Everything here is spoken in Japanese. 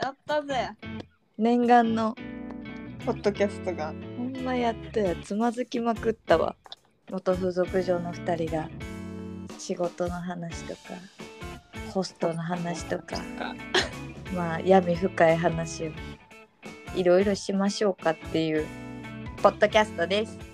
やったぜ念願のポッドキャストがほんまやっとやつまずきまくったわ元風俗嬢の2人が仕事の話とかホストの話とかまあ闇深い話をいろいろしましょうかっていうポッドキャストです